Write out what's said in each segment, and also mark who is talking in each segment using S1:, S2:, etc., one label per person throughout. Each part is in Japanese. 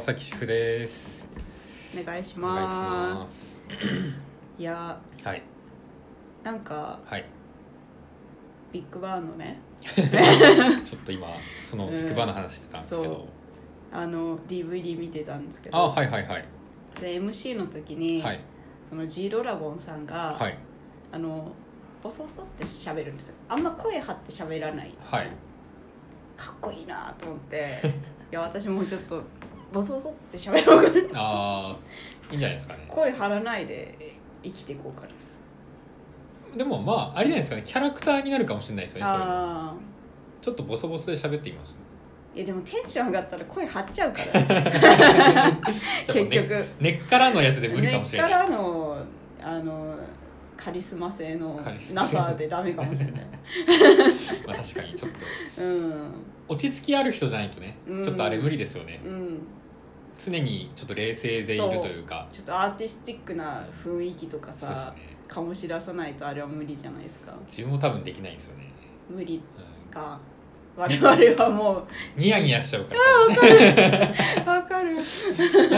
S1: 崎主婦です
S2: お願いし
S1: お願いし
S2: ま
S1: ますす
S2: いや
S1: はい
S2: なんか
S1: はい
S2: ビッグバンのね
S1: ちょっと今そのビッグバンの話してたんですけ
S2: うん
S1: ど、
S2: あの DVD 見てたんですけど
S1: あはいはいはい
S2: それ MC の時に、
S1: はい
S2: その G ドラゴンさんが、
S1: はい
S2: あのボソボソって喋るんですよあんま声張って喋らない、
S1: はい
S2: かっこいいなと思って いや私もうちょっとボソボソって喋ろう かな
S1: ああいいんじゃないですかね
S2: 声張らないで生きていこうかな
S1: でもまあありじゃないですかねキャラクターになるかもしれないですよねそれも
S2: ああ
S1: ちょっとボソボソで喋っています
S2: いやでもテンション上がったら声張っち ゃうから
S1: じゃあもう
S2: 結局
S1: 根根っからのやつで無理かもしれ
S2: 根っ
S1: ない
S2: からのあのカリスマ性の
S1: カリスマ
S2: な
S1: 性
S2: さでダメかもし れない
S1: まあ確かにちょっと
S2: うん
S1: 落ち着きある人じゃないとね
S2: うん
S1: ちょっとあれ無理ですよね
S2: うん
S1: 常にちょっと冷静でいるというか
S2: ちょっとアーティスティックな雰囲気とか
S1: そうです
S2: さ、
S1: ね
S2: 醸し出さないとあれは無理じゃないですか
S1: 自分も多分できないんですよね、
S2: 無理
S1: うん
S2: か我々はも
S1: ニヤニヤしちゃうか
S2: うわかる
S1: ら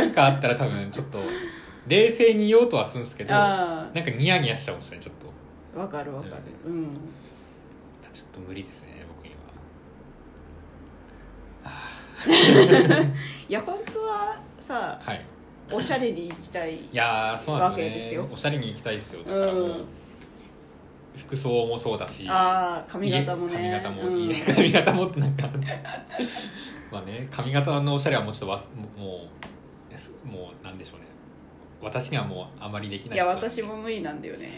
S1: なんかあったら多分ちょっと冷静に言おうとはするんですけどな
S2: あ
S1: んかニヤニヤしちゃうんですよねちょっと
S2: あわかるわかるうん
S1: ちょっと無理ですね僕には。
S2: いや本当はさ
S1: はい、
S2: おしゃれに行きたい
S1: いやーそうなんですよ
S2: わ
S1: ね
S2: けですよ
S1: おしゃれに行きたいですよだからもう、
S2: うん
S1: 服装もそうだし
S2: ああ髪型もね
S1: 家髪型も、
S2: うん
S1: 家 髪型もってなんかまあね髪型のおしゃれはもうちょっとわすもうもうすもうなんでしょうね私にはもうあまりできないい
S2: や
S1: ことなんで
S2: 私も無理なんだよ ね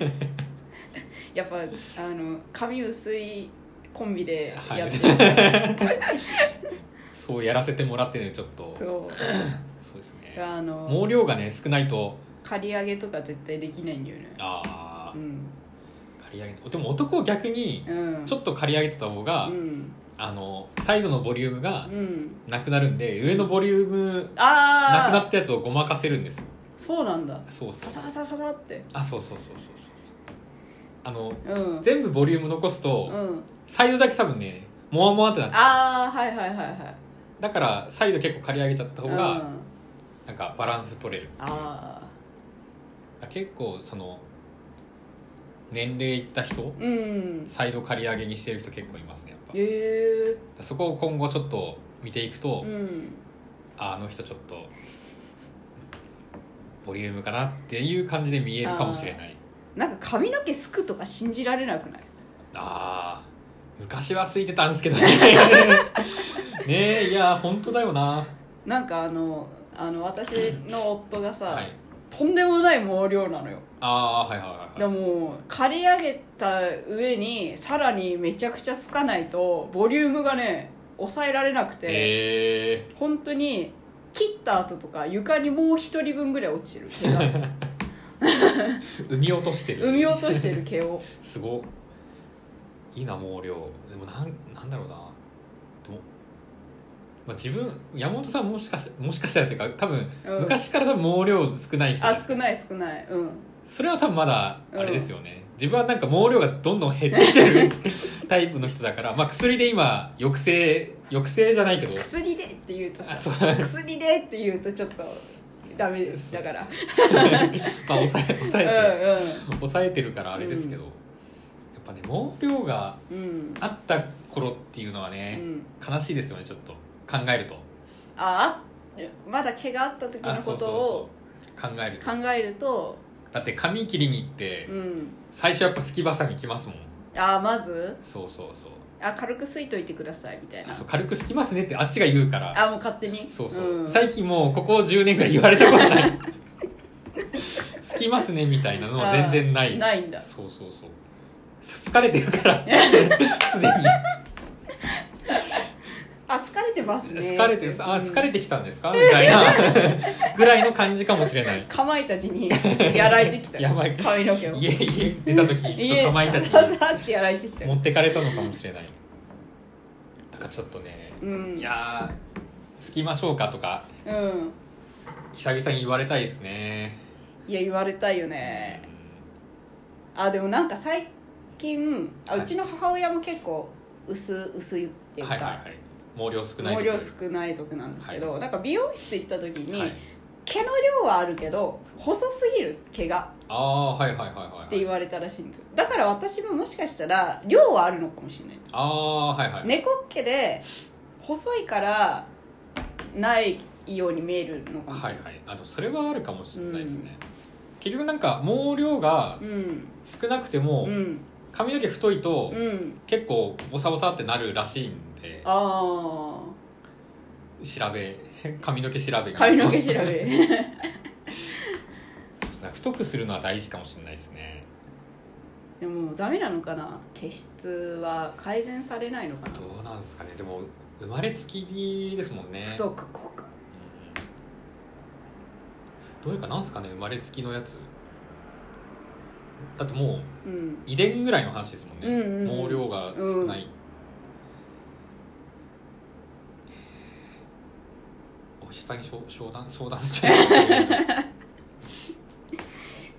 S2: やっぱあの髪薄いコンビでやってる、
S1: そうやらせてもらってねちょっとそう
S2: そ
S1: です
S2: う
S1: ね
S2: あの
S1: 毛量がね少ないと
S2: 借り上げとか絶対できないんだよね
S1: ああ
S2: うん
S1: 刈り上げてでも男を逆に
S2: うん
S1: ちょっと刈り上げてた方が、
S2: うん
S1: あのサイドのボリュームが
S2: うん
S1: なくなるんで上のボリュームな
S2: あ
S1: くな
S2: あ
S1: ったやつをごまかせるんですよ
S2: そうなんだ
S1: そうそ
S2: パ
S1: う
S2: サパサパサって
S1: あそうそうそうそうそうそうあの
S2: うん
S1: 全部ボリューム残すと、
S2: うん
S1: サイドだけ多分ねモワモワってなって
S2: ああはいはいはいはい
S1: だからサイド結構刈り上げちゃった方
S2: うん、
S1: が、
S2: あ
S1: なんかバランス取れる
S2: あ
S1: だから結構その年齢いった人
S2: ーうん
S1: サイド刈り上げにしてる人結構いますねやっぱだか
S2: へえ
S1: らそこを今後ちょっと見ていくと、
S2: うん
S1: ああの人ちょっとボリュームかなっていう感じで見えるかもしれない
S2: なんか髪の毛すくとか信じられなく ない
S1: ああ昔は空いてたんですけど ねねえいや本当だよな
S2: なんかあのあの私の夫がさ、
S1: はい
S2: とんでもない毛量なのよ
S1: ああはいはいはい
S2: で
S1: はい
S2: も刈り上げた上にさらにめちゃくちゃつかないとボリュームがね抑えられなくて、
S1: え
S2: 本当に切った後とか床にもう一人分ぐらい落ちてる 毛が
S1: ー、産み落としてる
S2: 産み落としてる毛を
S1: すごっいいな毛量でもなんなんだろうなでも、まあ、自分山本さんもしかしもしかしたらっていうか多分、
S2: うん
S1: 昔から多分毛量少ない人
S2: あ少ない少ないうん
S1: それは多分まだあれですよね、自分はなんか毛量がどんどん減ってきて るタイプの人だから、まあ、薬で今抑制抑制じゃないけど
S2: 薬でって言うと さ
S1: あそう
S2: 薬でって言うとちょっとダメですだから
S1: まあ抑え抑えて、
S2: う
S1: 抑えてるからあれですけど、やっぱね毛量が
S2: んうんうん
S1: あった頃っていうのは
S2: う
S1: ね、
S2: ん
S1: 悲しいですよねちょっと考えると
S2: ああまだ毛があった時のことを
S1: そう考えると
S2: 考えると
S1: だって髪切りに行って、
S2: うん
S1: 最初やっぱすきばさみ来ますもん
S2: あまず
S1: そうそうそう
S2: あ軽くすいといてくださいみたいな
S1: あそう軽くすきますねってあっちが言うから
S2: あもう勝手に
S1: そうそう、
S2: ん
S1: 最近もうここ10年ぐらい言われたことない 好きますねみたいなのは全然ない
S2: ないんだ
S1: そうそうそう疲れてるから すでに
S2: あ好かれてますね
S1: 疲れてるあ疲れ
S2: て
S1: てきたんですかみたいなぐらいの感じかもしれない
S2: かまいたちにやられてき た
S1: やばい
S2: 髪の毛を
S1: 家家出た時ちょっとかまいたち
S2: ささ
S1: に
S2: さってやられてきた
S1: 持ってかれたのかもしれないだからちょっとね
S2: うん
S1: いやー好きましょうかとか
S2: うん
S1: 久々に言われたいですね
S2: いや言われたいよねあでもなんか最近あ
S1: はいう
S2: ちの母親も結構薄薄いっ
S1: う
S2: てい
S1: ん
S2: う
S1: はいはい
S2: か
S1: はい毛量少ない
S2: 毛量少ない族なんですけど、なんか美容室行った時に、
S1: はい、
S2: 毛の量はあるけど細すぎる毛が
S1: ああはいはいはいはい
S2: って言
S1: れ
S2: われたらしいんですよだから私ももしかしたら量はあるのかもしれない
S1: ああはいはい、
S2: 猫っ毛で細いからないように見えるのかもしれな、
S1: はいいはいあのそれはあるかもしれないですね、結局なんか毛量が
S2: うん
S1: 少なくても、
S2: うん
S1: 髪の毛太いと、
S2: うん
S1: 結構ボサボサってなるらしいんで
S2: あ
S1: 調べ 髪の毛調べ
S2: あ
S1: が
S2: 髪の毛調べ
S1: そうですね 太くするのは大事かもしれないですね
S2: でもダメなのかな毛質は改善されないのかな
S1: どうなんですかねでも生まれつきですもんね
S2: 太く濃く
S1: うんどういうかなんすかね生まれつきのやつだってもう
S2: うん
S1: 遺伝ぐらいの話ですもんね、
S2: うんうんうん
S1: 毛量が少ない、お医者さんに相相談相談しちゃう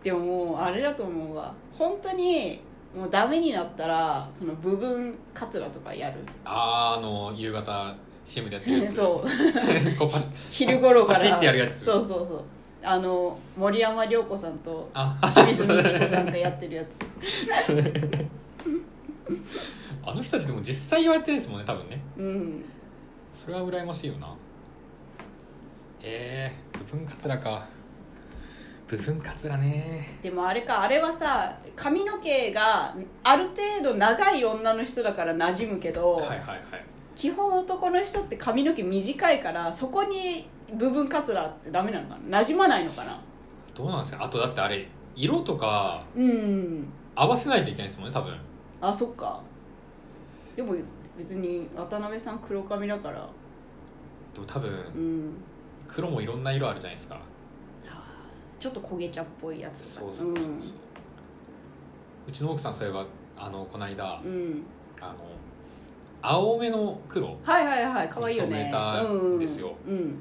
S2: でももうあれだと思うわ本当にもうダメになったらその部分カツラとかやる
S1: あーあの夕方 CM でやってるやつ
S2: そ
S1: う
S2: う
S1: こうパ
S2: 昼頃から
S1: パチってやるやつ
S2: そうそうそうあの森山良子さんと
S1: あ
S2: 清水美智子さんがやってるやつ
S1: あの人たちでも実際はやってないですもんね多分ね
S2: うん
S1: それは羨ましいよなえー、部分カツラか部分カツラね
S2: でもあれかあれはさ髪の毛がある程度長い女の人だから馴染むけど、
S1: はいはいはい
S2: 基本男の人って髪の毛短いからそこに部分カツラってダメなのかな馴染まないのかな
S1: どうなんですかあとだってあれ色とか
S2: うん
S1: 合わせないといけないですもんね多分
S2: あそっかでも別に渡辺さん黒髪だから
S1: でも多
S2: う
S1: 分
S2: ん
S1: 黒もいろんな色あるじゃないですか
S2: ちょっと焦げ茶っぽいやつと
S1: そ
S2: か
S1: うそうそうそう、うんちの奥さんそういえばあのこの間、
S2: うん、
S1: あの青めの黒
S2: はいはいはい可愛いよね
S1: 染めたんですよ
S2: うん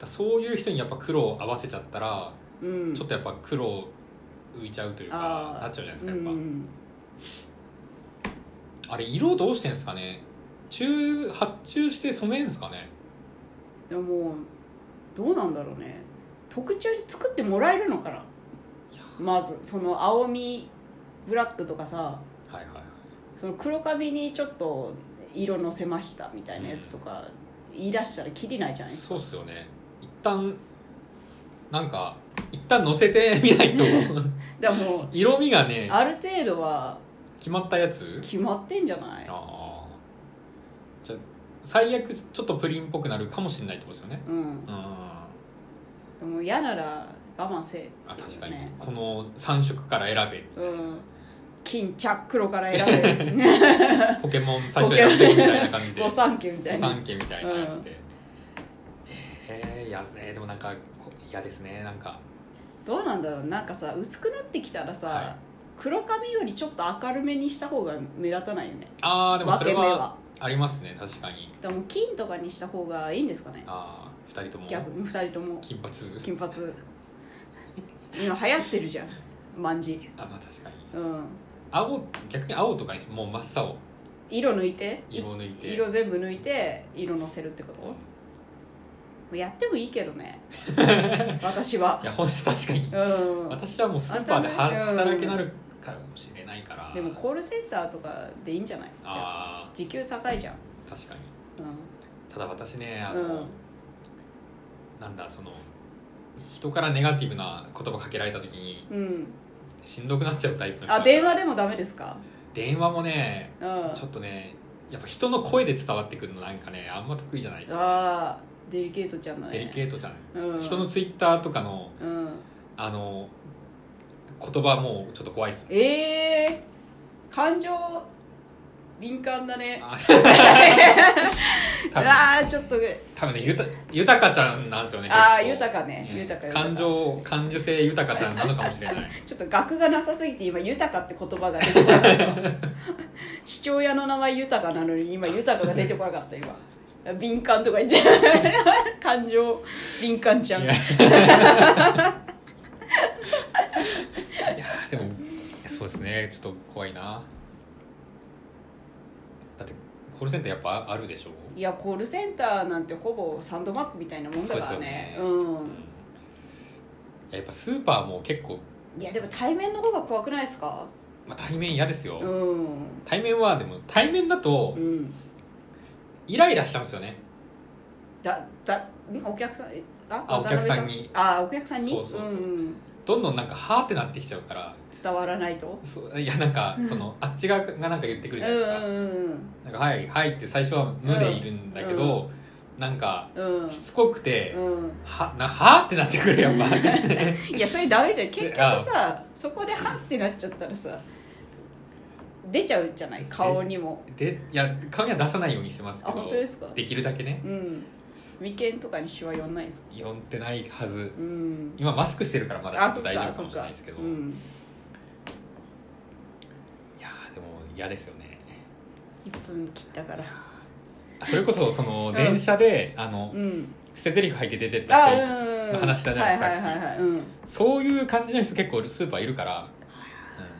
S1: だそういう人にやっぱ黒を合わせちゃったら、
S2: うん、
S1: ちょっとやっぱ黒浮いちゃうというか
S2: あー
S1: なっちゃうじゃないです
S2: う
S1: かやっぱ、
S2: ん、
S1: あれ色どうしてんですかね中発注して染めるんですかね
S2: でももうどうなんだろうね特注で作ってもらえるのかなまずその青みブラックとかさ
S1: はいはいはい
S2: その黒髪にちょっと色のせましたみたいなやつとか言い出したらきりないじゃない
S1: そうっすよね一旦なんか一旦乗せて みない と
S2: だからもう
S1: 色味がね
S2: ある程度は
S1: 決まったやつ
S2: 決まってんじゃない
S1: ああじゃあ最悪ちょっとプリンっぽくなるかもしれないってことですよね
S2: うん
S1: うん
S2: でも嫌なら我慢せえって
S1: あ
S2: い
S1: 確
S2: う
S1: かに、
S2: ね
S1: この3色から選 べ
S2: うん金着黒か ら選べる
S1: ポケモン最初選べるみたいな感じで
S2: 御三家みたいな
S1: 御三家みたいなやつで、えー、いやねでもなんかこ嫌ですねなんか
S2: どうなんだろうなんかさ薄くなってきたらさ、
S1: はい
S2: 黒髪よりちょっと明るめにした方が目立たないよね
S1: ああでもそれ
S2: 分け目
S1: は
S2: は
S1: ありますね確かに
S2: でも金とかにした方がいいんですかね
S1: ああ二人とも
S2: 逆に2人とも
S1: 金髪
S2: 金髪今流行ってるじゃん万字
S1: あまあ確かに
S2: うん
S1: 青逆に青とかにもう真っ青
S2: 色抜いてい
S1: 色抜いて
S2: 色全部抜いて色のせるってこともうやってもいいけど ね私はい
S1: やほんで確かに
S2: うん
S1: 私はもうスーパーでは
S2: うん
S1: 働きなるからかもしれないから
S2: でもコールセンターとかでいいんじゃないじゃあ
S1: あ
S2: 時給高いじゃん、
S1: あ確かに
S2: うん、
S1: ただ私ねあの、
S2: うん
S1: なんだその人からネガティブな言葉かけられた時に
S2: うん、
S1: しんどくなっちゃうタイプの人
S2: あ電話でもダメですか、
S1: 電話もね
S2: うん、
S1: ちょっとねやっぱ人の声で伝わってくるのなんかねあんま得意じゃないですよ
S2: ああデリケートちゃんだね
S1: デリケートじゃない、
S2: うん
S1: 人のツイッターとかの
S2: うん、
S1: あの言葉もちょっと怖いですもん
S2: ええー、感情敏感だね
S1: あ多分
S2: ああちょっと
S1: 多分ねゆた豊かちゃんなんですよね
S2: ああ
S1: 結構
S2: 豊かね
S1: うん
S2: 豊か豊か
S1: 感情感受性豊かちゃんなのかもしれない
S2: ちょっと額がなさすぎて今「豊か」って言葉が出てこなかった父親の名前「豊か」なのに今「豊か」が出てこなかった今敏感とか言っちゃう感情敏感ちゃん
S1: いやいやでもそうですねちょっと怖いなだってこコールセンターやっぱあるでしょ
S2: いやコールセンターなんてほぼサンドバッグみたいなもんだからね
S1: そうです
S2: う
S1: うん
S2: ん
S1: やっぱスーパーも結構、
S2: いやでも対面の方が怖くないですか
S1: まあ、対面嫌ですよ、
S2: うん
S1: 対面はでも対面だと
S2: うん
S1: イライラしちゃうんですよね
S2: だだんお客さんえあ
S1: あ
S2: 渡辺
S1: お客さんに
S2: あお客さんに
S1: そうそうそうん
S2: ん
S1: どんどんなんかはーってなってきちゃうから
S2: 伝わらないと
S1: そういやなんかその、あっち側がなんか言ってく
S2: う
S1: るじ
S2: ん
S1: ゃないですか、
S2: うん
S1: なんかはいはいって最初は無でいるんだけど、なんか
S2: うん
S1: しつこくて、
S2: うん
S1: はなはってなってくるやっぱ
S2: いやそれダメじゃん結局さそこでハッてなっちゃったらさ出ちゃうじゃない顔にも
S1: でいや顔には出さないようにしてます
S2: あ
S1: けど
S2: 本当ですか
S1: できるだけね
S2: うん眉間とかにシワ寄んないですか
S1: 呼んでないはず
S2: うん
S1: 今マスクしてるからまだちょ
S2: あ
S1: っ
S2: そ
S1: と
S2: っ
S1: 大丈
S2: か
S1: 夫か
S2: そっ
S1: もしれない
S2: か
S1: ですけど、
S2: う
S1: い
S2: ん
S1: やーでも嫌ですよね
S2: 1分切ったから
S1: それこ そその
S2: ん
S1: 電車で、あの
S2: うん
S1: 捨て台詞入って出てった
S2: あ
S1: 人、
S2: うんうん
S1: 話したじゃないですか
S2: はいはいはいはいうん
S1: そういう感じの人結構スーパーいるから、うん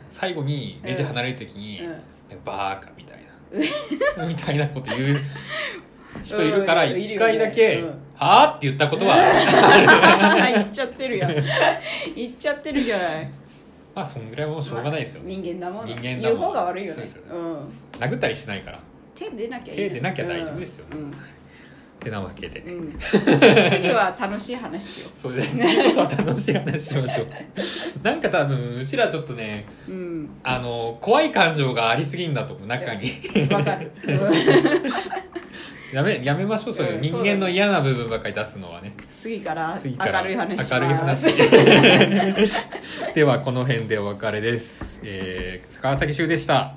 S1: 最後にレジ離れる時に、
S2: うん
S1: バーカみたいなみたいなこと言う人いるから
S2: うんいるよね
S1: 一回だけ
S2: うん
S1: 「はあ?」って言ったことは
S2: 言っちゃってるやん 言っちゃってるじゃない
S1: まあそんぐらいはもうしょうがないですよね
S2: 人間だもん
S1: 人間だもん
S2: 言う方が悪いよね
S1: そうですよね
S2: うん、
S1: 殴ったりしないからっ
S2: 手出なきゃいいのに
S1: 手出なきゃ大丈夫ですよね
S2: うん
S1: てなわけで、
S2: うんうん 次は楽しい話しよ
S1: それで次こそは楽しい話しましょうなんか多分うちらちょっとね
S2: ううん
S1: あの怖い感情がありすぎんだと思う中 に
S2: わかるうん
S1: やめやめましょうそういううん人
S2: そうだね
S1: 間の嫌な部分ばっかり出すのはね
S2: 次から
S1: 次から
S2: 明るい話し
S1: 明るい
S2: ま
S1: 話
S2: す
S1: ではこの辺でお別れです、えー、川崎修でした